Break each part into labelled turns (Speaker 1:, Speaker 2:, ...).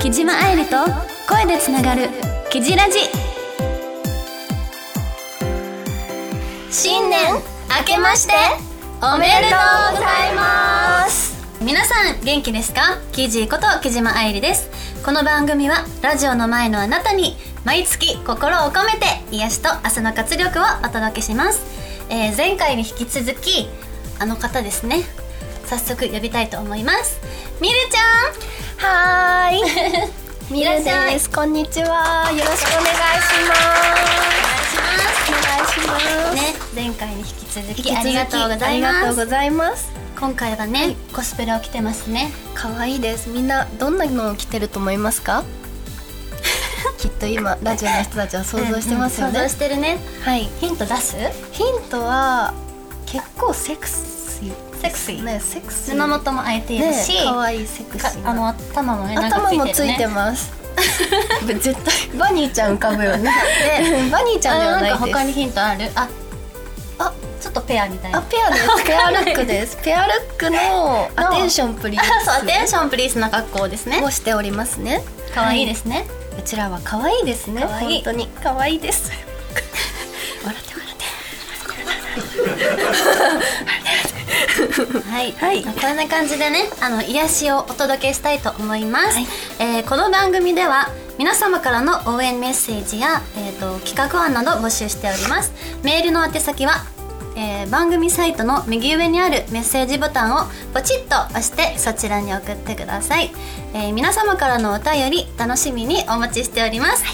Speaker 1: 木島愛理と声でつながる「キジラジ」新年明けましておめでとうございます皆さん元気ですかキジこと木島愛理ですこの番組はラジオの前のあなたに毎月心を込めて癒しと朝の活力をお届けします、えー前回に引き続きあの方ですね早速呼びたいと思いますみるちゃん
Speaker 2: はー い。み
Speaker 1: いらっ
Speaker 2: る
Speaker 1: しゃい
Speaker 2: です。こんにちは。よろしくお
Speaker 1: お
Speaker 2: 願いし
Speaker 1: 願いし
Speaker 2: ま
Speaker 1: ます。
Speaker 2: お願いします
Speaker 1: ね、前回に引き続
Speaker 2: す。
Speaker 1: きありがとうござい
Speaker 2: ありが
Speaker 1: ま
Speaker 2: とう
Speaker 1: す。
Speaker 2: ございます。
Speaker 1: 今回はね、コスプレを着てますね。
Speaker 2: 可愛いです。みんなどんなのを着てると思いま すか？きっと今ラジオの人たちは想像してますよ
Speaker 1: 想
Speaker 2: ね
Speaker 1: 像。してるね。
Speaker 2: はい。
Speaker 1: ヒント出す？
Speaker 2: ヒントは結構セクシー。
Speaker 1: セクシー
Speaker 2: ね、セクシー。
Speaker 1: 胸元も開いている
Speaker 2: ね
Speaker 1: し、、
Speaker 2: 可愛いセクシ
Speaker 1: か
Speaker 2: ーな。
Speaker 1: あの頭もね、なんか
Speaker 2: 頭もついて
Speaker 1: ね。
Speaker 2: ます。絶対バニーちゃん浮かぶよ ね。でバニーちゃ
Speaker 1: あ
Speaker 2: ん
Speaker 1: のな
Speaker 2: ではない
Speaker 1: ん
Speaker 2: で
Speaker 1: か
Speaker 2: す。
Speaker 1: 他にヒントある？あ、
Speaker 2: あ
Speaker 1: ちょっとペアみたい
Speaker 2: あ
Speaker 1: な。
Speaker 2: ペアですペアルックですペアルックのアテンションプリー
Speaker 1: あ、そうアテン
Speaker 2: ス
Speaker 1: ションプリースの格好ですね
Speaker 2: を。しておりますね
Speaker 1: 可愛いですすね。
Speaker 2: うちらは可愛いですね
Speaker 1: 可愛い
Speaker 2: 本当に可愛いです
Speaker 1: 笑って笑って。はい、
Speaker 2: はい
Speaker 1: こんな感じでねあの癒しをお届けしたいと思います、えーこの番組では皆様からの応援メッセージや、えー、と企画案など募集しておりますメールの宛先は、えー番組サイトの右上にあるメッセージボタンをポチッと押してそちらに送ってください、えー皆様からのお便り楽しみにお待ちしております、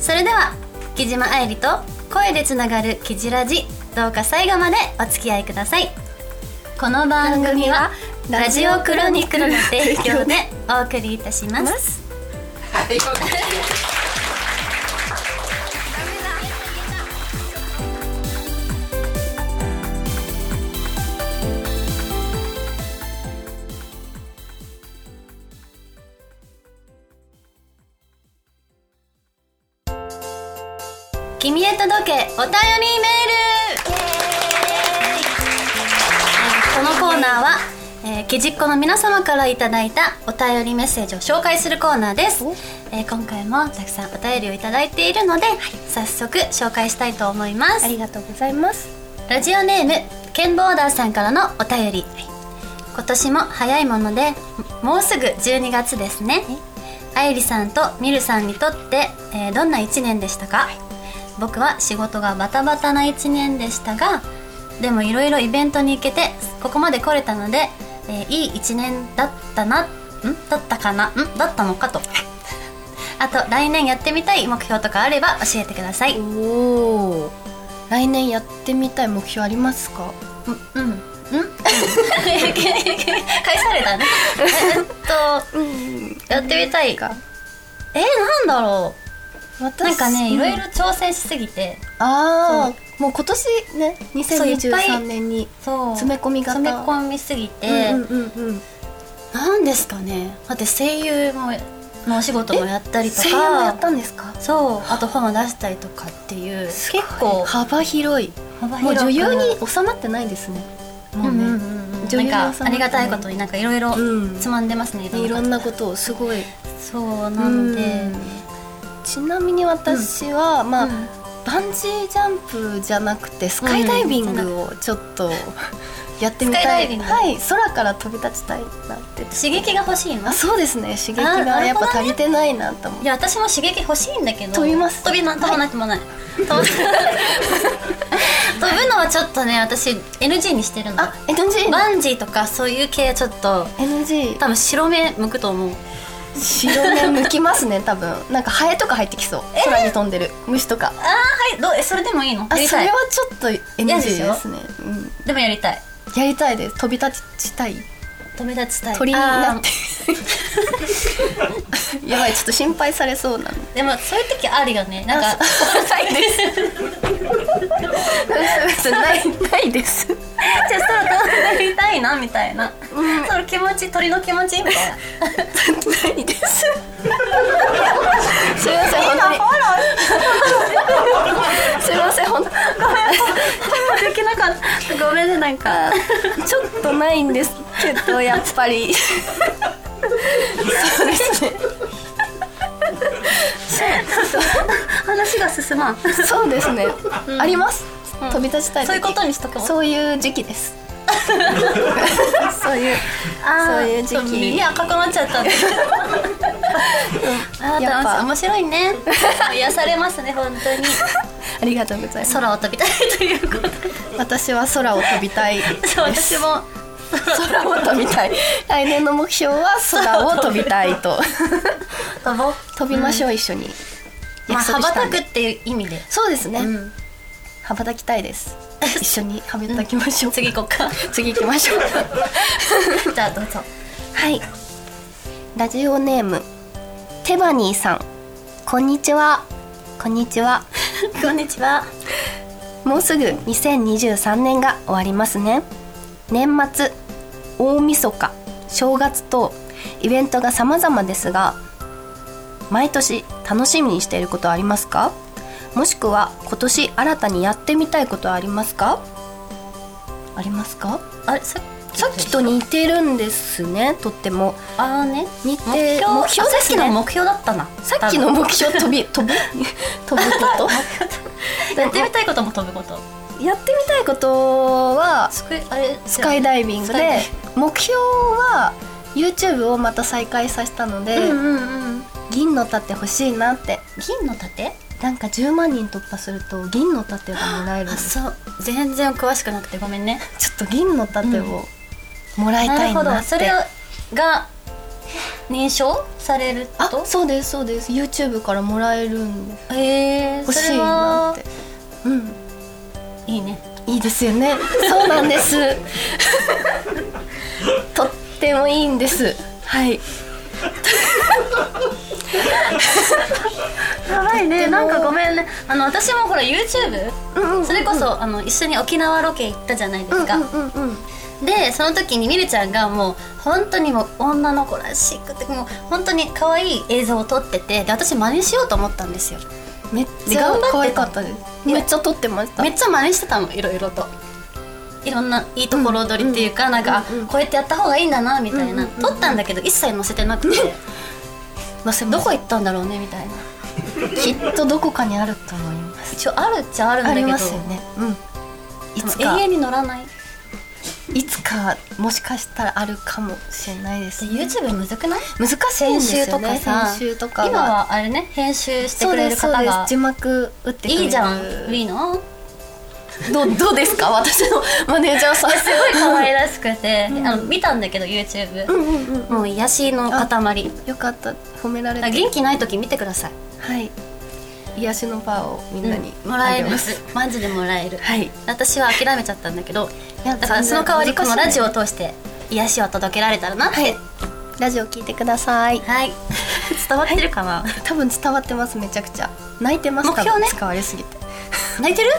Speaker 1: それでは木島愛理と声でつながるキジラジどうか最後までお付き合いくださいこの番組はラジオクロニクルの提供でお送りいたします。君へ届けお便りメールこのコーナーは、えー、キジっ子の皆様からいただいたお便りメッセージを紹介するコーナーです
Speaker 2: お、
Speaker 1: えー今回もたくさんお便りをいただいているので、早速紹介したいと思います
Speaker 2: ありがとうございます
Speaker 1: ラジオネームケンボーダーさんからのお便り、今年も早いものでもうすぐ12月ですね愛理さんとみるさんにとって、えーどんな1年でしたか、僕は仕事がバタバタな1年でしたがでもいろいろイベントに行けてここまで来れたので、えーいい1年だったなんだったかなんだったのかとあと来年やってみたい目標とかあれば教えてください
Speaker 2: おお来年やってみたい目標ありますか
Speaker 1: うん。うん。返されたね。えっと、
Speaker 2: うん
Speaker 1: やってみたい。えなんだろう。
Speaker 2: 私
Speaker 1: なんかね、いろいろ
Speaker 2: うん
Speaker 1: 挑戦しすぎて。
Speaker 2: ああもう今年ね
Speaker 1: そういっぱい
Speaker 2: 2023年に
Speaker 1: そう。
Speaker 2: 詰め込み型
Speaker 1: 詰め込みすぎて。
Speaker 2: うんうんうんうん
Speaker 1: なんですかね。だって声優も、のお仕事もやったりとか。
Speaker 2: 声優もやったんですか
Speaker 1: そう。あと本を出したりとかっていう。結構。
Speaker 2: 幅広い
Speaker 1: 幅
Speaker 2: もう
Speaker 1: 広く
Speaker 2: 女優に収まってないですね
Speaker 1: うん
Speaker 2: も
Speaker 1: う
Speaker 2: うんね、
Speaker 1: うん
Speaker 2: 女
Speaker 1: う
Speaker 2: 優
Speaker 1: ん。
Speaker 2: に
Speaker 1: なん
Speaker 2: 収
Speaker 1: か、あ
Speaker 2: まって
Speaker 1: り
Speaker 2: な
Speaker 1: がたいことになんかいろいろ
Speaker 2: うん
Speaker 1: つまんでますね。。
Speaker 2: いろんなこととをすごい
Speaker 1: そうなので
Speaker 2: うん。ちなみに私は、まあ、
Speaker 1: うん
Speaker 2: バンジージャンプじゃなくてスカイダイビングをちょっとやってみ
Speaker 1: スカ
Speaker 2: た
Speaker 1: イダイビ
Speaker 2: い、
Speaker 1: ング
Speaker 2: はい空から飛び立ちたいなって
Speaker 1: 刺激が欲しいの
Speaker 2: あそうですね刺激
Speaker 1: あな
Speaker 2: が
Speaker 1: る
Speaker 2: やっ
Speaker 1: ほどね
Speaker 2: ぱ足りてないなと思っ
Speaker 1: いや私も刺激欲しいんだけど
Speaker 2: 飛びます
Speaker 1: 飛びな飛ばなくもない、飛ぶ 飛ぶのはちょっとね私 NG にしてるの
Speaker 2: あ NG
Speaker 1: バンジーとかそういう系はちょっと
Speaker 2: NG
Speaker 1: 多分白目向くと思う
Speaker 2: 白目向きますね多分なんかハエとか入ってきそう空に飛んでる虫とか
Speaker 1: あーはいどうえそれでもいいのや
Speaker 2: あ
Speaker 1: り
Speaker 2: そ
Speaker 1: た
Speaker 2: れ
Speaker 1: い
Speaker 2: はちょっと NG
Speaker 1: 嫌
Speaker 2: で
Speaker 1: でしょ
Speaker 2: すねうん
Speaker 1: でもやりたい
Speaker 2: やりたいです飛び立ちたい
Speaker 1: 飛び立ちたい
Speaker 2: 鳥になって
Speaker 1: あ
Speaker 2: やばいちょっと心配されそうなの
Speaker 1: ーでもそういう時あるよねなんか ないです
Speaker 2: ないないです
Speaker 1: じゃあ空飛んでみたいなみたいな、その気持ち鳥の気持ちみたい な
Speaker 2: ないですすみません本当に
Speaker 1: フォロー
Speaker 2: すすいません本当
Speaker 1: できなかったごめんねなん か
Speaker 2: ちょっとないんですけどやっぱ りそうですね
Speaker 1: 話が進まん
Speaker 2: そうですね、あります、
Speaker 1: ん
Speaker 2: 飛び立ちたい時
Speaker 1: そういうことにしとくも
Speaker 2: そういう時期です そういう
Speaker 1: あー
Speaker 2: そういう時期
Speaker 1: 耳赤くなっちゃったねあー
Speaker 2: やっぱ
Speaker 1: 楽しい面白いね癒されますね本当に
Speaker 2: ありがとうございます
Speaker 1: 空を飛びたいという ことで
Speaker 2: 私は空を飛びたいです
Speaker 1: そう私も
Speaker 2: 空を飛びたい来年の目標は空を飛びたいと
Speaker 1: 飛ぼう
Speaker 2: 飛びましょう、一緒に
Speaker 1: まあ羽
Speaker 2: 約束
Speaker 1: ば
Speaker 2: した
Speaker 1: た
Speaker 2: んで
Speaker 1: くっていう意味で
Speaker 2: そうですね、
Speaker 1: うん
Speaker 2: 羽ばたきたいです一緒に羽ばたきましょう、
Speaker 1: 次行こうか
Speaker 2: 次行きましょう
Speaker 1: じゃあどうぞ
Speaker 2: はいラジオネームテバニーさんこんにちはこんにちは
Speaker 1: こんにちは
Speaker 2: もうすぐ2023年が終わりますね年末大晦日正月とイベントが様々ですが毎年楽しみにしていることはありますかもしくは今年新たにやってみたいことはありますかありますか
Speaker 1: あれさ
Speaker 2: さっきと似てるんですねとっても
Speaker 1: ああね
Speaker 2: 似て
Speaker 1: 目標
Speaker 2: 目標
Speaker 1: さっ
Speaker 2: です
Speaker 1: きの
Speaker 2: ね
Speaker 1: 目標だったな
Speaker 2: さっきの目標飛び 飛ぶ飛ぶ こと
Speaker 1: 多分やってみたいことも飛ぶこと
Speaker 2: やってみたいことは
Speaker 1: スクあれ
Speaker 2: スカイダイビング
Speaker 1: スカイダイ
Speaker 2: で
Speaker 1: ビ
Speaker 2: 目標は YouTube をまた再開させたので、
Speaker 1: うんうんうん
Speaker 2: 銀の盾欲しいなって
Speaker 1: 銀の盾
Speaker 2: なんか10万人突破すると銀の盾がもらえるん
Speaker 1: あ
Speaker 2: です
Speaker 1: そう全然詳しくなくてごめんね
Speaker 2: ちょっと銀の盾をもらい
Speaker 1: な
Speaker 2: た
Speaker 1: る
Speaker 2: い
Speaker 1: ほ
Speaker 2: な
Speaker 1: ど
Speaker 2: って、
Speaker 1: それが認証される
Speaker 2: あ
Speaker 1: と
Speaker 2: そうですそうです YouTube からもらえるんです
Speaker 1: えー、
Speaker 2: 欲
Speaker 1: そ
Speaker 2: しい
Speaker 1: れ
Speaker 2: な
Speaker 1: は
Speaker 2: ってうん
Speaker 1: いいね
Speaker 2: いいですよね。そうなんです。 とってもいいんです。はい。
Speaker 1: やばい
Speaker 2: とっても
Speaker 1: めんねあの私もほら YouTube
Speaker 2: うん
Speaker 1: それこそあの一緒に沖縄ロケ行ったじゃないですか、
Speaker 2: うんうんうん。
Speaker 1: でその時にみるちゃんがもう本当にもう女の子らしくてもう本当に可愛い映像を撮っててで私真似しようと思ったんですよ
Speaker 2: めっ
Speaker 1: で
Speaker 2: ちゃ
Speaker 1: 頑張ってた
Speaker 2: 可愛かったです。めっちゃ撮ってました。
Speaker 1: めっちゃ真似してたのいろいろといろんないいところ取りっていうか、なんか、
Speaker 2: うんうん
Speaker 1: こうやってやった方がいいんだなみたいな、
Speaker 2: うんうんうん
Speaker 1: 撮ったんだけど一切載せてなくて
Speaker 2: 載せ
Speaker 1: ど
Speaker 2: どこ
Speaker 1: こ行ったんだろうねみたいな
Speaker 2: きっとどこかにあると思います。
Speaker 1: 一応あるっちゃあるんだ
Speaker 2: あ
Speaker 1: け
Speaker 2: り
Speaker 1: ど
Speaker 2: ますよね。うん。い
Speaker 1: でも
Speaker 2: つか
Speaker 1: 永遠に乗らない
Speaker 2: いつかもしかしたらあるかもしれないです。
Speaker 1: YouTube むずくない
Speaker 2: 難しい
Speaker 1: 編
Speaker 2: んです
Speaker 1: 集
Speaker 2: よね。
Speaker 1: とかさ
Speaker 2: 編集とか
Speaker 1: 今はあれね編集してくれる方
Speaker 2: そうですそうで
Speaker 1: が
Speaker 2: す字幕打ってくれる
Speaker 1: いいじゃんいいの
Speaker 2: どうどうですか私のマネージャーさん。すごい
Speaker 1: 可愛らしくて、あの見たんだけど YouTube、
Speaker 2: うんうんうん
Speaker 1: もう癒しの塊
Speaker 2: よかった褒められて
Speaker 1: 元気ない時見てください
Speaker 2: はい癒しのパワーをみんなに、
Speaker 1: うんもらえ
Speaker 2: あ
Speaker 1: る
Speaker 2: げます
Speaker 1: マジでもらえる
Speaker 2: はい
Speaker 1: 私は諦めちゃったんだけど
Speaker 2: いや
Speaker 1: だからその代わりこのラジオを
Speaker 2: は
Speaker 1: 通して癒しを届けられたらなって
Speaker 2: いラジオ聞いてください
Speaker 1: はい 伝わってるかな、
Speaker 2: 多分伝わってますめちゃくちゃ泣いてます
Speaker 1: 目標ね
Speaker 2: 多分使われすぎて
Speaker 1: 泣いてる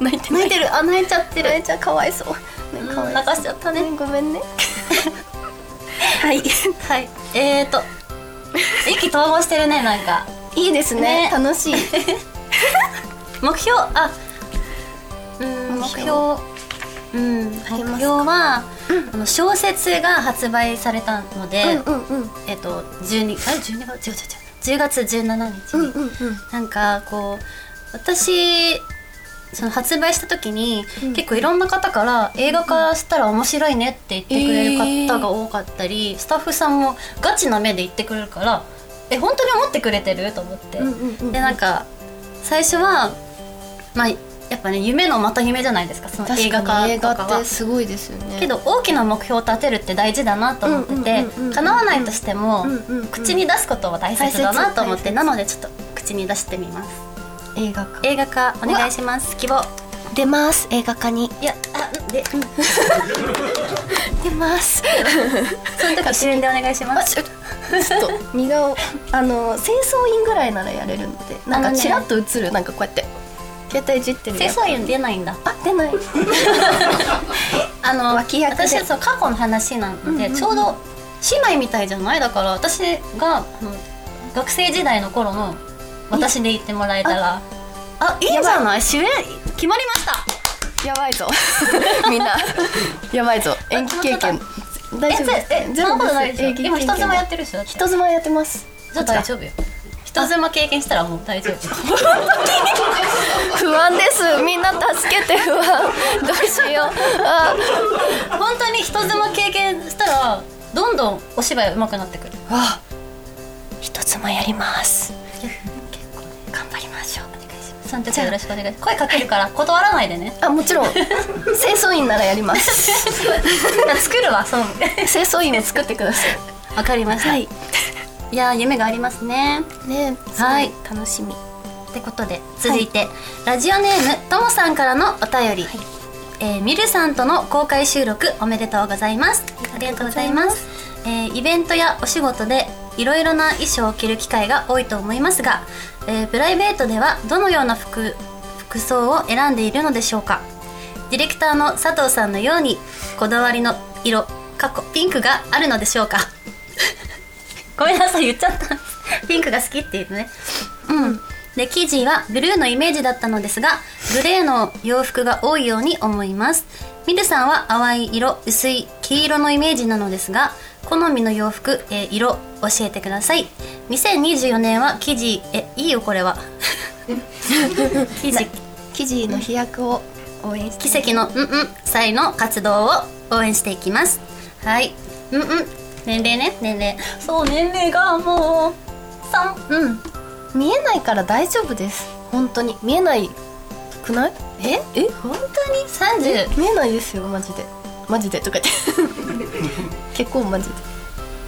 Speaker 2: 泣い て
Speaker 1: 泣いてるあ泣いちゃってる
Speaker 2: 泣いちゃかわいそう
Speaker 1: うん
Speaker 2: ね
Speaker 1: 泣
Speaker 2: かわい
Speaker 1: かしちゃった
Speaker 2: そう
Speaker 1: ね
Speaker 2: ねごめんね
Speaker 1: はいはいえ ーと意気投合してるねなんか
Speaker 2: いいです
Speaker 1: ね
Speaker 2: ね楽しい
Speaker 1: 目標あうん目
Speaker 2: 目
Speaker 1: 標
Speaker 2: 標
Speaker 1: うん目
Speaker 2: ありますか
Speaker 1: 標は、あの小説が発売されたので、
Speaker 2: うんうんうん
Speaker 1: えっと12あれ12月違う違う違う10月17日
Speaker 2: う
Speaker 1: に、
Speaker 2: んうんうん
Speaker 1: なんかこう私その発売した時に、
Speaker 2: うん
Speaker 1: 結構いろんな方から映画化したら面白いねって言ってくれる方が多かったり、スタッフさんもガチな目で言ってくれるからえ本当に思ってくれてると思って、
Speaker 2: うんうんうん
Speaker 1: でなんか最初はまあやっぱね夢のまた夢じゃないですかその映画
Speaker 2: 確か
Speaker 1: 化
Speaker 2: に映
Speaker 1: とかは
Speaker 2: 画ってすごいですよね
Speaker 1: けど大きな目標を立てるって大事だなと思ってて
Speaker 2: うんうんうんうん
Speaker 1: 叶わないとしても
Speaker 2: うんうんうん
Speaker 1: 口に出すことは大切だなと思っ
Speaker 2: 大
Speaker 1: て
Speaker 2: 切
Speaker 1: なのでちょっと口に出してみます
Speaker 2: 映画化
Speaker 1: 映画化お願いします希望
Speaker 2: 出ます映画化に
Speaker 1: いやあで うん
Speaker 2: 出 ます
Speaker 1: その時主演でお願いしま
Speaker 2: あ
Speaker 1: す
Speaker 2: ちょちょっと荷顔あの清掃員ぐらいならやれるので
Speaker 1: あ
Speaker 2: なん
Speaker 1: の
Speaker 2: か
Speaker 1: ね
Speaker 2: チラッと映るなんかこうやって携帯いじってる
Speaker 1: 清
Speaker 2: やつ
Speaker 1: 掃員出ないんだ
Speaker 2: あ出ない
Speaker 1: あの
Speaker 2: 脇役で
Speaker 1: 私はそう過去の話なので、
Speaker 2: うんうんうん
Speaker 1: ちょうど姉妹みたいじゃないだから私があの学生時代の頃の私で言ってもらえたらあいいじゃない主演決まりました
Speaker 2: やばいぞ みんなやばいぞ延期経験大丈夫です
Speaker 1: ええそんなことないでしょ
Speaker 2: 延期経験
Speaker 1: 今
Speaker 2: は
Speaker 1: 人妻やってるでしょだって
Speaker 2: 人妻やってます
Speaker 1: じゃあ大丈夫よ人妻経験したらもう大丈夫
Speaker 2: 不安ですみんな助けて不安どうしようあ
Speaker 1: 本当に人妻経験したらどんどんお芝居上手くなってくる
Speaker 2: あ人妻やります
Speaker 1: 結構ね頑張りましょうお願いしますその時はよろしくお願いします声かけるから断らないでね
Speaker 2: あもちろん清掃員ならやります
Speaker 1: 作るわそう
Speaker 2: 清掃員を作ってください
Speaker 1: わかりました、い、やー夢がありますね
Speaker 2: ね
Speaker 1: はい
Speaker 2: すご楽しみ
Speaker 1: ってことで続いて、ラジオネームともさんからのお便り、えーミルさんとの公開収録おめでとうございますありがとうございます、えーイベントやお仕事でいろいろな衣装を着る機会が多いと思いますが、えープライベートではどのような服服装を選んでいるのでしょうかディレクターの佐藤さんのようにこだわりの色過去ピンクがあるのでしょうかごめんなさい言っちゃったピンクが好きって言うねうんで生地はブルーのイメージだったのですがグレーの洋服が多いように思いますミルさんは淡い色薄い黄色のイメージなのですが好みの洋服、えー色教えてください2024年は生地えいいよこれは生地
Speaker 2: 生地の飛躍を応援して
Speaker 1: 奇跡のうんうん祭の活動を応援していきますはいうんうん年齢ね年齢そう年齢がもう3うん
Speaker 2: 見えないから大丈夫です本当に見えないくないええ
Speaker 1: 本当に30
Speaker 2: 見えないですよマジでマジでとか言って 結構マジで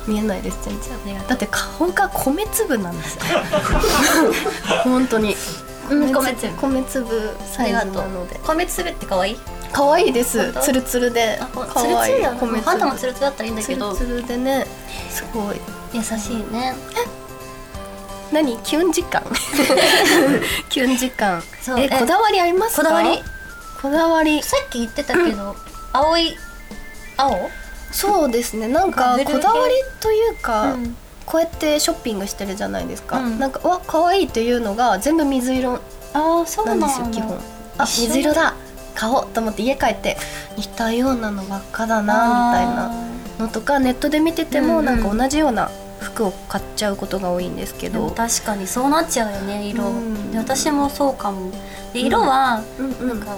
Speaker 2: 見えないです全然だって顔が米粒なん ですよ本当に、
Speaker 1: うん米粒
Speaker 2: 米粒サイズなので
Speaker 1: 米粒って可愛い
Speaker 2: 可愛いです
Speaker 1: 本当
Speaker 2: ツルツルで
Speaker 1: あ、
Speaker 2: 可
Speaker 1: ツルツ
Speaker 2: 愛
Speaker 1: ル
Speaker 2: い
Speaker 1: だよね
Speaker 2: 米
Speaker 1: ファンタも
Speaker 2: 粒
Speaker 1: ツルツルだったらいいんだ
Speaker 2: ツ
Speaker 1: け
Speaker 2: ル
Speaker 1: ど
Speaker 2: ツルでねすごい
Speaker 1: 優しいね
Speaker 2: 何キュン時間 キュン時間
Speaker 1: そう
Speaker 2: え
Speaker 1: え
Speaker 2: こだわりありますか
Speaker 1: こだわり
Speaker 2: こだわり
Speaker 1: さっき言ってたけど、青い青
Speaker 2: そうですねなんか
Speaker 1: ベル
Speaker 2: こ
Speaker 1: ギー
Speaker 2: だわりというか、
Speaker 1: うん
Speaker 2: こうやってショッピングしてるじゃないですか、
Speaker 1: うん
Speaker 2: なんかうわ可愛いっていうのが全部水色
Speaker 1: ああそ
Speaker 2: なんですよ基本あ
Speaker 1: 一緒に
Speaker 2: 水色だ買おうと思って家帰って似たようなのばっかだなみたいなのとかネットで見てても
Speaker 1: うんう
Speaker 2: なんんか同じような服を買っちゃうことが多いんですけ
Speaker 1: でも
Speaker 2: ど、
Speaker 1: 確かにそうなっちゃうよね色、
Speaker 2: うん
Speaker 1: で私もそうかもで色は、
Speaker 2: うんうんうん
Speaker 1: なんか、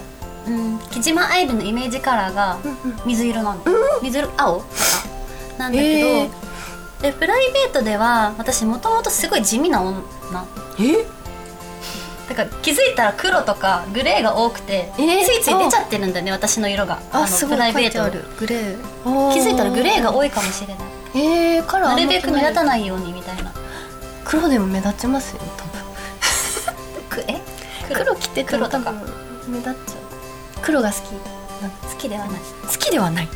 Speaker 1: うん、木島愛理のイメージカラーが水色なの、水色青とかなんだけど、
Speaker 2: へ
Speaker 1: でプライベートでは私もともとすごい地味な女
Speaker 2: え
Speaker 1: だから気づいたら黒とかグレーが多くて、
Speaker 2: えー
Speaker 1: ついつい出ちゃってるんだね私の色が
Speaker 2: あ
Speaker 1: の
Speaker 2: すご
Speaker 1: プラ
Speaker 2: い
Speaker 1: イ
Speaker 2: 書
Speaker 1: ベ
Speaker 2: い
Speaker 1: ー
Speaker 2: て
Speaker 1: ト
Speaker 2: あ
Speaker 1: は
Speaker 2: るグレー
Speaker 1: 気づいたらグレーが多
Speaker 2: い
Speaker 1: いかもしれない
Speaker 2: えー、カラー
Speaker 1: な
Speaker 2: あんま
Speaker 1: るべく目立た
Speaker 2: ない
Speaker 1: ないようにみたいな
Speaker 2: 黒でも目立ちますよ多
Speaker 1: く
Speaker 2: 分
Speaker 1: え
Speaker 2: 黒着てたら
Speaker 1: 黒とか
Speaker 2: 多分目立っちゃう黒が好き
Speaker 1: 好きではない
Speaker 2: 好きではない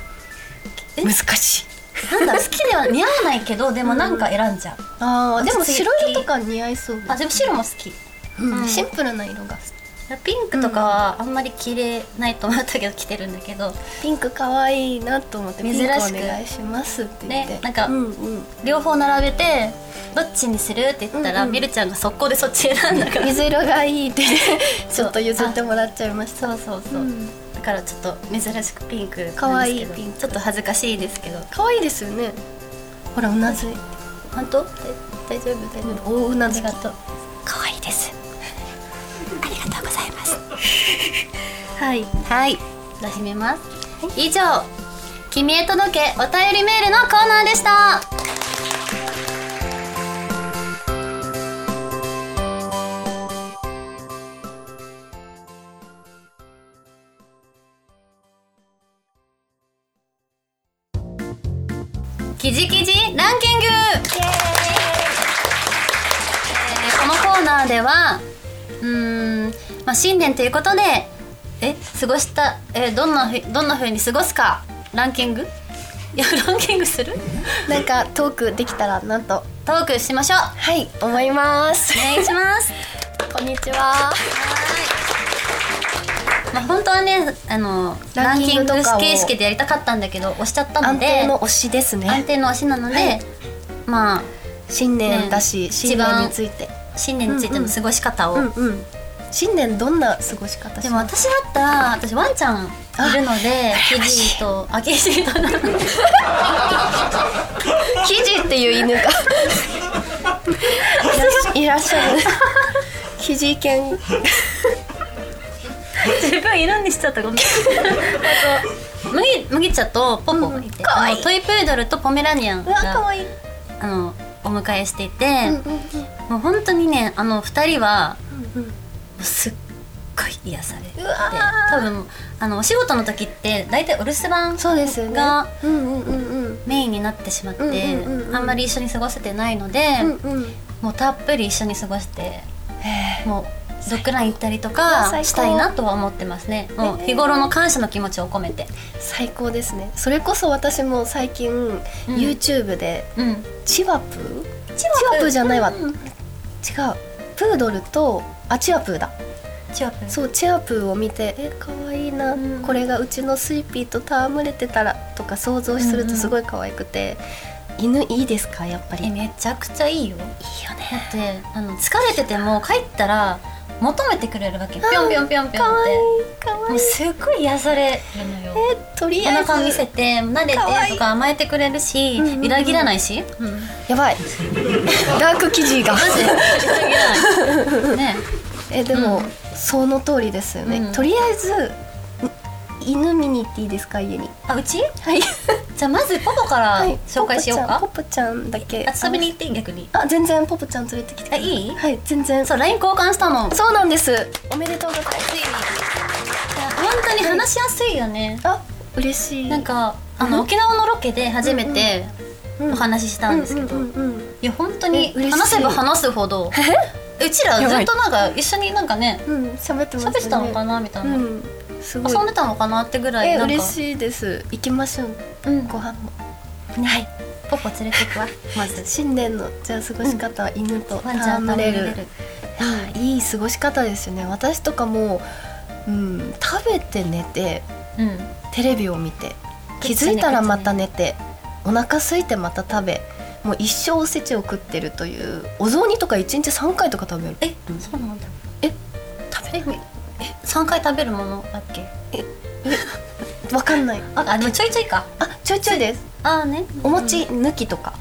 Speaker 1: え
Speaker 2: 難しい
Speaker 1: なんだろう好きでは似合わないけどでもなんか選んじゃう、
Speaker 2: あーでも
Speaker 1: 落ち着い
Speaker 2: 白色とか似合いそう
Speaker 1: あでも白も好き
Speaker 2: うん
Speaker 1: うん
Speaker 2: シンプルな色が好き
Speaker 1: ピンクとかはあんまり着れないと思ったけど着てるんだけど
Speaker 2: ピンク可愛いなと思って
Speaker 1: 珍し
Speaker 2: ピン
Speaker 1: く
Speaker 2: クお願いしますって言って、
Speaker 1: ねなんか
Speaker 2: うんうん、
Speaker 1: 両方並べてどっちにするって言ったら、
Speaker 2: うんうん
Speaker 1: みるちゃんが速攻でそっち選んだから、
Speaker 2: 水色がいいってち
Speaker 1: そう
Speaker 2: ょっと譲ってもらっちゃいました
Speaker 1: そうそうそう、
Speaker 2: うん
Speaker 1: だからちょっと珍しくピンクなんですけど
Speaker 2: 可愛いピンク
Speaker 1: ちょっと恥ずかしいですけど
Speaker 2: 可愛いですよねほらうなずいて
Speaker 1: 本当
Speaker 2: 大丈夫大丈夫おうな
Speaker 1: あ
Speaker 2: ず
Speaker 1: りが
Speaker 2: き
Speaker 1: とう可愛いですありがとうございます
Speaker 2: はい
Speaker 1: はいじゃあ閉めます以上君へ届けお便りメールのコーナーでしたキジキジランキングえーこのコーナーではうーん、まあ、新年ということでえ過ごしたえーどんなふどんな風に過ごすかランキングいやランキングする
Speaker 2: なんかトークできたらなんと
Speaker 1: トークしましょう
Speaker 2: はい思います
Speaker 1: お願いします
Speaker 2: こんにちは
Speaker 1: まあ本当はねあのラ
Speaker 2: ラ
Speaker 1: ン
Speaker 2: ン
Speaker 1: キ
Speaker 2: キ
Speaker 1: ン
Speaker 2: ング
Speaker 1: グ
Speaker 2: とかを
Speaker 1: 形式でやりたかったんだけど押しちゃったの
Speaker 2: 安
Speaker 1: で
Speaker 2: 定の推しです
Speaker 1: 安
Speaker 2: ね
Speaker 1: 定の推しなので、
Speaker 2: はい
Speaker 1: まあ
Speaker 2: 新年だし、
Speaker 1: ね
Speaker 2: 新年について
Speaker 1: 新年についての過ごし方を
Speaker 2: うんうん新年どんな過ごし方し
Speaker 1: でも
Speaker 2: ます
Speaker 1: 私だったら私ワンちゃんいるのでキジとあキジと
Speaker 2: キジっていう犬がいらっしゃるキジ犬
Speaker 1: 自分いるんにしちゃったごめんあと麦麦茶とポポがいて、
Speaker 2: うんかわいい
Speaker 1: あのトイプードルとポメラニアン
Speaker 2: うわ可
Speaker 1: が
Speaker 2: 愛いい、
Speaker 1: あのお迎えしていて、
Speaker 2: うん
Speaker 1: もう本当にねあの2人は
Speaker 2: うんうん
Speaker 1: すっごい癒されて
Speaker 2: うわー
Speaker 1: 多分あのお仕事の時って大体お留守番
Speaker 2: そうですよね
Speaker 1: が
Speaker 2: うんうんうんうん
Speaker 1: メインになってしまって、
Speaker 2: うんうんうんうん
Speaker 1: あんまり一緒に過ごせてないので、
Speaker 2: うんうん
Speaker 1: もうたっぷり一緒に過ごして
Speaker 2: へ
Speaker 1: もうドッグラン行ったりと
Speaker 2: 最高
Speaker 1: かしたいなとは思ってますねもう
Speaker 2: えー
Speaker 1: 日頃の感謝の気持ちを込めて
Speaker 2: ー最高ですねそれこそ私も最近、YouTube で
Speaker 1: うん
Speaker 2: チワプーチワプーじゃないわ、違うプードルとあチワプーだ
Speaker 1: チワプ
Speaker 2: そうチワプーを見てえ可愛いな、
Speaker 1: うん
Speaker 2: これがうちのスイピーと戯れてたらとか想像するとすごい可愛くて、犬いいですかやっぱり
Speaker 1: えめちゃくちゃいいよいいよねだってあの疲れてても帰ったら求めてくれるわけぴょんぴょんぴょんぴょん
Speaker 2: 可
Speaker 1: っ
Speaker 2: 愛い
Speaker 1: て
Speaker 2: 可
Speaker 1: も
Speaker 2: 愛
Speaker 1: う
Speaker 2: い
Speaker 1: すっごい癒されるのよ
Speaker 2: えとり
Speaker 1: お
Speaker 2: あえず
Speaker 1: 腹見せて慣れて
Speaker 2: かわいい
Speaker 1: とか甘えてくれるし
Speaker 2: うんうんうん
Speaker 1: 裏切らないし、うん、
Speaker 2: やばいダーク生地が
Speaker 1: マジで裏切らないね
Speaker 2: えでも、
Speaker 1: うん
Speaker 2: その通りですよね、
Speaker 1: うん
Speaker 2: とりあえずい犬見に行っていいですか家に
Speaker 1: あうち
Speaker 2: はい
Speaker 1: じゃあまずポポから紹介しようか、
Speaker 2: ポポちゃんポポちゃんだけ
Speaker 1: 遊びに行っていい逆に
Speaker 2: あ全然ポポちゃん連れてきてく
Speaker 1: あ
Speaker 2: ださ
Speaker 1: いい
Speaker 2: はい全然
Speaker 1: そう LINE 交換したのつい
Speaker 2: そうなんですおめでとうございます
Speaker 1: にいや本当に話しやすいよね
Speaker 2: あ嬉しい
Speaker 1: なんかあ
Speaker 2: うん
Speaker 1: の沖縄のロケで初めてお話ししたんですけど、
Speaker 2: うんうんうんうん
Speaker 1: いや本当に
Speaker 2: え嬉しい
Speaker 1: 話せば話すほどうちらずっとなんか一緒になんかね
Speaker 2: うん喋ってます
Speaker 1: 喋
Speaker 2: ね
Speaker 1: ってたのかなみたいな、
Speaker 2: うんすごい
Speaker 1: 遊んでたのかなってぐらい
Speaker 2: え
Speaker 1: なんか
Speaker 2: 嬉しいです行きましょう
Speaker 1: うん
Speaker 2: ご飯もはい
Speaker 1: ポポ連れてくわまず
Speaker 2: 新年のじゃあ過ごし方は犬と
Speaker 1: ワンちゃんと
Speaker 2: 戯
Speaker 1: れ
Speaker 2: れ
Speaker 1: る
Speaker 2: るあいい過ごし方ですよね私とかもう、うん、食べて寝て
Speaker 1: うん
Speaker 2: テレビを見て気
Speaker 1: 口に
Speaker 2: づいたらまた寝てお腹空いてまた食べもう一生おせちを食ってるというお雑煮とか1日3回とか食べる
Speaker 1: えそうなんだ
Speaker 2: 食べる
Speaker 1: 三回食べるものだっけ
Speaker 2: わかんない
Speaker 1: あ
Speaker 2: あ
Speaker 1: でもちょいちょいか
Speaker 2: あちょいちょいです
Speaker 1: あーね
Speaker 2: お餅抜きとか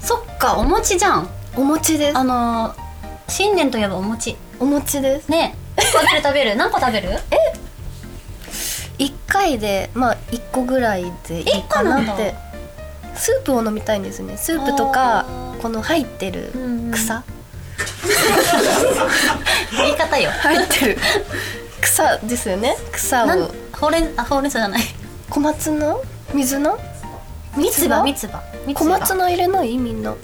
Speaker 1: そっかお餅じゃん
Speaker 2: お餅です
Speaker 1: あのー新年といえばお餅
Speaker 2: お餅です
Speaker 1: ねえ食べる食べ る何個食べるえ
Speaker 2: 1回でまあ1個ぐらいでいいかなって
Speaker 1: 一
Speaker 2: スープを飲みたいんですねスープとか
Speaker 1: あー
Speaker 2: この入ってる
Speaker 1: うんうん
Speaker 2: 草
Speaker 1: 言い方よ
Speaker 2: 入ってる 草ですよね草
Speaker 1: なん
Speaker 2: を
Speaker 1: ほうれんあほうれん草じゃない
Speaker 2: 小松菜水菜
Speaker 1: 三つ葉
Speaker 2: 三
Speaker 1: 三
Speaker 2: つ
Speaker 1: つ葉
Speaker 2: 小松菜入れないみんな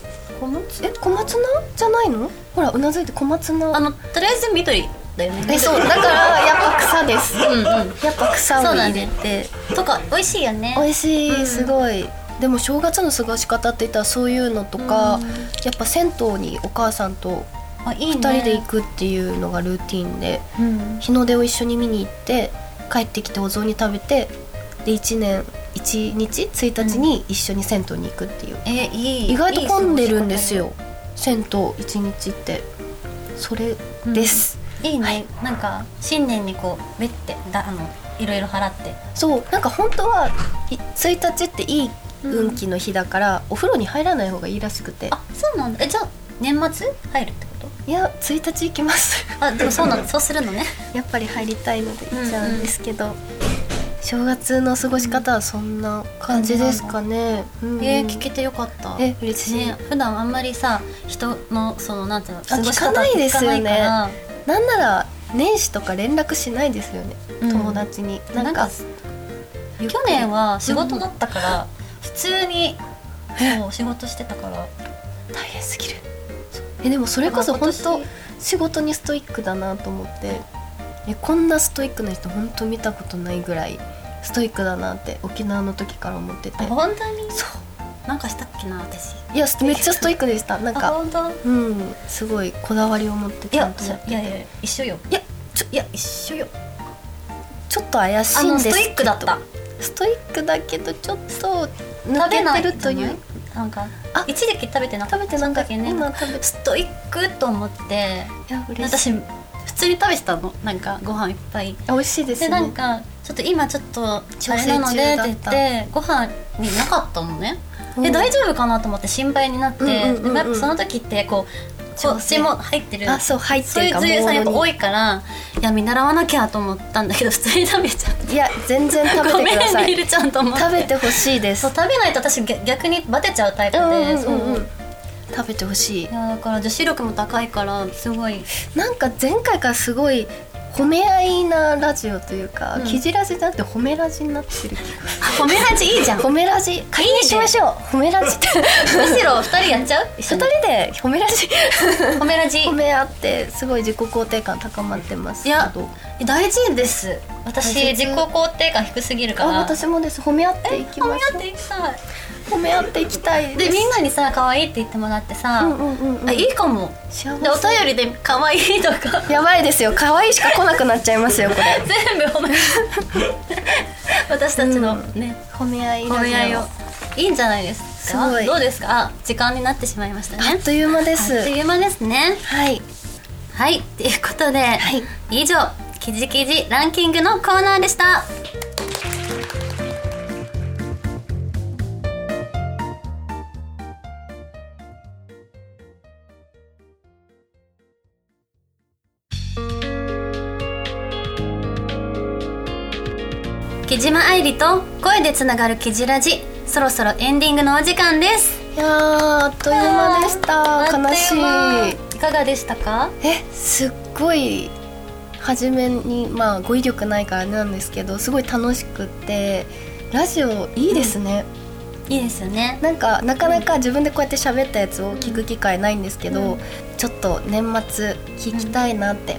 Speaker 1: 小松
Speaker 2: え小松菜じゃないのほらうなずいて小松
Speaker 1: あ
Speaker 2: 菜
Speaker 1: のとりあえず緑だよね
Speaker 2: えそうだからやっぱ草です
Speaker 1: うんうん
Speaker 2: やっぱ草を
Speaker 1: そうだ
Speaker 2: 入れ
Speaker 1: ね
Speaker 2: て、
Speaker 1: とか美味しいよね
Speaker 2: 美味し
Speaker 1: う
Speaker 2: い
Speaker 1: ん
Speaker 2: すごい、でも正月の過ごし方って言ったらそういうのとか、
Speaker 1: うん
Speaker 2: やっぱ銭湯にお母さんと
Speaker 1: あいいね
Speaker 2: 2人で行くっていうのがルーティンで、
Speaker 1: うん
Speaker 2: 日の出を一緒に見に行って帰ってきてお雑煮食べてで1年1日1日に一緒に銭湯に行くっていう、
Speaker 1: えいい
Speaker 2: 意外と混んでるんですよ銭湯1日ってそれです、
Speaker 1: いいね、なんか新年にこうべってだあのいろいろ払って
Speaker 2: そうなんか本当はい1日っていい運気の日だから、お風呂に入らない方がいいらしくて
Speaker 1: あそうなんだえじゃあ年末入るってこと
Speaker 2: いや1日行きます
Speaker 1: あでもそうなんだそうするのね
Speaker 2: やっぱり入りたいので行っちゃう
Speaker 1: うんんうん
Speaker 2: ですけど、正月の過ごし方はそんな感じですかね、うんうん
Speaker 1: えー、聞けてよかった
Speaker 2: え嬉しい、
Speaker 1: ね、普段あんまりさ人のそのなんていうの過ごし
Speaker 2: 聞か
Speaker 1: 方
Speaker 2: ないですよね
Speaker 1: 聞かないから
Speaker 2: なんなら年始とか連絡しないですよね、
Speaker 1: うん
Speaker 2: 友達に
Speaker 1: な
Speaker 2: なんん
Speaker 1: か
Speaker 2: か
Speaker 1: 去年は仕事だったから、普通にそう仕事してたから
Speaker 2: 大変すぎるえでもそれこそ
Speaker 1: だから
Speaker 2: 本
Speaker 1: 今年
Speaker 2: 当仕事にストイックだなと思ってえこんなストイックな人本当見たことないぐらいストイックだなって沖縄の時から思ってて
Speaker 1: あ本当に
Speaker 2: そ
Speaker 1: なんかしたっけな私
Speaker 2: ういやめっちゃストイックでしたなん
Speaker 1: あ
Speaker 2: か
Speaker 1: 本当
Speaker 2: うんすごいこだわりを持って
Speaker 1: い
Speaker 2: ちゃん
Speaker 1: や
Speaker 2: とやって
Speaker 1: い
Speaker 2: て
Speaker 1: やいや一緒よ
Speaker 2: いや
Speaker 1: ちょいや一緒よ
Speaker 2: ちょっと怪し
Speaker 1: あ
Speaker 2: いん
Speaker 1: の
Speaker 2: です
Speaker 1: ストイックだった
Speaker 2: ストイックだけどちょっと抜
Speaker 1: 食べない
Speaker 2: けてるという
Speaker 1: なんか
Speaker 2: あ
Speaker 1: 一時期食べてなかっ
Speaker 2: 食
Speaker 1: た
Speaker 2: べてなんか
Speaker 1: その時ね
Speaker 2: 今食べて
Speaker 1: ストイックと思って
Speaker 2: いや嬉し
Speaker 1: 私
Speaker 2: い
Speaker 1: 普通に食べてたのなんかご飯いっぱい
Speaker 2: 美味しいで
Speaker 1: でなんかちょっと今ちょっとあれなのでって言ってご飯になかったのね、
Speaker 2: うん
Speaker 1: で大丈夫かなと思って心配になって、
Speaker 2: うんうんうんうん
Speaker 1: でもやっぱその時ってこうこ
Speaker 2: 調整
Speaker 1: っちも入ってる
Speaker 2: あそう入って
Speaker 1: そうい
Speaker 2: る
Speaker 1: う
Speaker 2: か
Speaker 1: 女優さんやっぱ
Speaker 2: もう
Speaker 1: 多いからいや見習わなきゃと思ったんだけど普通に食べちゃって
Speaker 2: いや全然食べ
Speaker 1: ご
Speaker 2: て
Speaker 1: め
Speaker 2: く
Speaker 1: ん
Speaker 2: ださ
Speaker 1: ビ
Speaker 2: い
Speaker 1: ールちゃんと思って
Speaker 2: 食べてほしいで
Speaker 1: そ
Speaker 2: す
Speaker 1: う食べないと私逆逆にバテちゃうタイプで、
Speaker 2: うんうんうんうん
Speaker 1: そう
Speaker 2: 食べてほしい
Speaker 1: いやだから女子力も高いからすごい
Speaker 2: なんか前回からすごい褒め合いなラジオというか、
Speaker 1: うん
Speaker 2: キジラジなんて褒めラジになってる気が
Speaker 1: 褒め味いいじゃんむ
Speaker 2: 褒めラジ会にしましょう褒めラジって
Speaker 1: しろ二人やっちゃう一緒
Speaker 2: 二人
Speaker 1: に
Speaker 2: で褒めラジ
Speaker 1: 褒めラジ
Speaker 2: 褒め合ってすごい自己肯定感高まってます
Speaker 1: いや
Speaker 2: けど
Speaker 1: 大事です私
Speaker 2: 大
Speaker 1: 自
Speaker 2: 事
Speaker 1: 己肯定感低すぎるか
Speaker 2: あ
Speaker 1: ら
Speaker 2: 私もです褒め合っていき
Speaker 1: 褒め
Speaker 2: ま
Speaker 1: 合
Speaker 2: しょ
Speaker 1: っていきたいう
Speaker 2: 褒め合っていきたい
Speaker 1: で
Speaker 2: です
Speaker 1: みんなにさ可愛いって言ってもらってさ、
Speaker 2: うんうんうんうん
Speaker 1: あいいかも
Speaker 2: 幸せ
Speaker 1: でお便りで可愛いと か
Speaker 2: やばいですよ可愛いしか来なくなっちゃいますよこれ
Speaker 1: 全部褒め私たちのね、
Speaker 2: 褒め合い
Speaker 1: 褒め合いを
Speaker 2: あ
Speaker 1: いいんじゃないです
Speaker 2: すご
Speaker 1: か
Speaker 2: い
Speaker 1: どうですかあ時間になってしまいましたね
Speaker 2: っという間です
Speaker 1: あっという間ですね
Speaker 2: はい
Speaker 1: はいということで、
Speaker 2: い
Speaker 1: 以上キジキジランキングのコーナーでした木島愛理と声でつながるキジラジそろそろエンディングのお時間です
Speaker 2: いやーあっという間でした悲し
Speaker 1: あっ
Speaker 2: い
Speaker 1: とう間いかがでしたか
Speaker 2: えすっごい初めにまあ語彙力ないからあれなんですけどすごい楽しくってラジオいいですね、
Speaker 1: いいですよね
Speaker 2: なんかなかなか自分でこうやって喋ったやつを聞く機会ないんですけど、
Speaker 1: うん
Speaker 2: ちょっと年末聞きたいなって、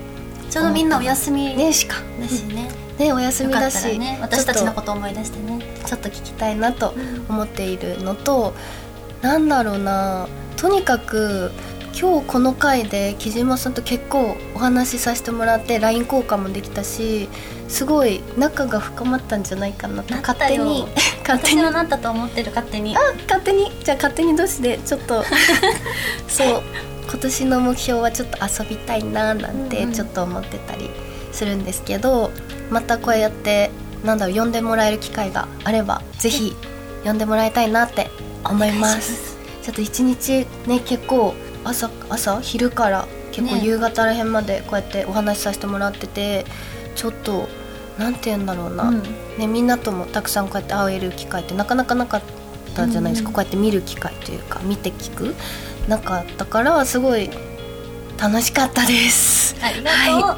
Speaker 1: ちょうどみんなお休み
Speaker 2: 年始か
Speaker 1: だしね、
Speaker 2: ねお休
Speaker 1: よ
Speaker 2: み
Speaker 1: か
Speaker 2: だ
Speaker 1: った
Speaker 2: し
Speaker 1: らね私たちの
Speaker 2: ちょ
Speaker 1: こ
Speaker 2: っ
Speaker 1: と思い出してね
Speaker 2: とちょっと聞きたいなと思っているのと、なんだろうなとにかく今日この回で木島さんと結構お話しさせてもらって LINE 交換もできたしすごい仲が深まったんじゃないかなと
Speaker 1: なった
Speaker 2: 勝手に
Speaker 1: よ
Speaker 2: 勝
Speaker 1: 私
Speaker 2: 手に
Speaker 1: もなったと思ってる勝手に
Speaker 2: 勝手にじゃあ勝手に同士でちょっ とそう今年の目標はちょっと遊びたいななん
Speaker 1: う
Speaker 2: て
Speaker 1: んうん
Speaker 2: ちょっと思ってたりするんですけど、またこうやってなんだろう呼んでもらえる機会があればぜひ呼んでもらいたいなって思い ますちょっと一日ね結構朝朝昼から結構
Speaker 1: ね
Speaker 2: 夕方らへんまでこうやってお話しさせてもらってて、ちょっとなんて言うんだろうな、
Speaker 1: うん
Speaker 2: ね、みんなともたくさんこうやって会える機会ってなかなかなかったじゃないですか、
Speaker 1: うん
Speaker 2: こうやって見る機会というか見て聞くなかったからすごい楽しかったです
Speaker 1: ありがとう、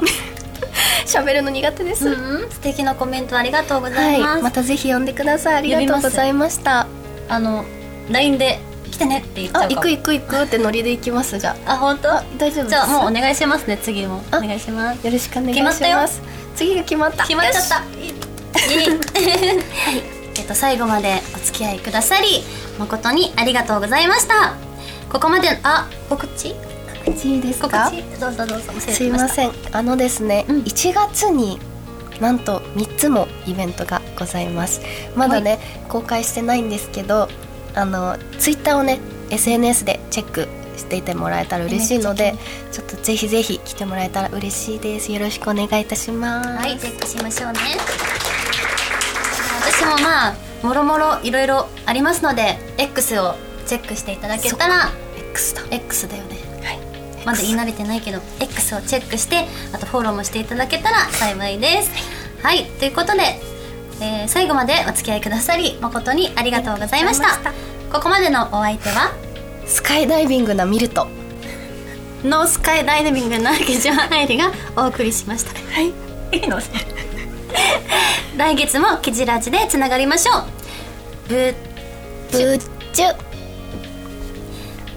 Speaker 2: 喋るの苦手です、
Speaker 1: うんうん素敵なコメントありがとうござ
Speaker 2: はいい
Speaker 1: ます、
Speaker 2: またぜひ呼んでくださいありがとうございました
Speaker 1: あの LINE で来てねって言っちゃう
Speaker 2: あ
Speaker 1: かも
Speaker 2: 行く行く行くってノリで行きますじゃ
Speaker 1: あ本当
Speaker 2: ああ大丈夫です
Speaker 1: じゃあもうお願いしますね次もお
Speaker 2: あ
Speaker 1: 願いします
Speaker 2: よろしくお願いし
Speaker 1: 決ま
Speaker 2: ま
Speaker 1: っ
Speaker 2: す
Speaker 1: たよ
Speaker 2: 次が決まった
Speaker 1: 決まっちゃっ
Speaker 2: よ
Speaker 1: たイ エイえっと最後までお付き合いくださり誠にありがとうございましたここまであ告知
Speaker 2: し告知いいです
Speaker 1: 告
Speaker 2: か
Speaker 1: 知どうぞどうぞ失礼
Speaker 2: す
Speaker 1: し
Speaker 2: い
Speaker 1: ま
Speaker 2: ま
Speaker 1: した
Speaker 2: せんあのですね、
Speaker 1: うん
Speaker 2: 1月になんと3つもイベントがございますまだね、公開してないんですけどあのツイッターをね SNS でチェックしていてもらえたら嬉しいので、
Speaker 1: ね
Speaker 2: ちょっとぜひぜひ来てもらえたら嬉しいですよろしくお願いいたします
Speaker 1: はい、チェックしましょうね。私もまあ、もろもろいろいろありますので、X をチェックしていただけたら、
Speaker 2: X だ
Speaker 1: X だよね。
Speaker 2: はい
Speaker 1: まだ言い慣れてないけど、X をチェックして、あとフォローもしていただけたら幸いです。はい、ということで、えー最後までお付き合いくださり、誠にありがとうございました。
Speaker 2: ありがとうござ
Speaker 1: ここまでのお相手は、
Speaker 2: スカイダイビングなミルトは
Speaker 1: ノースカイダイビングの木島愛理がお送りしました。
Speaker 2: い
Speaker 1: いいの来月もキジラジでつながりましょうぶ
Speaker 2: ブッチュ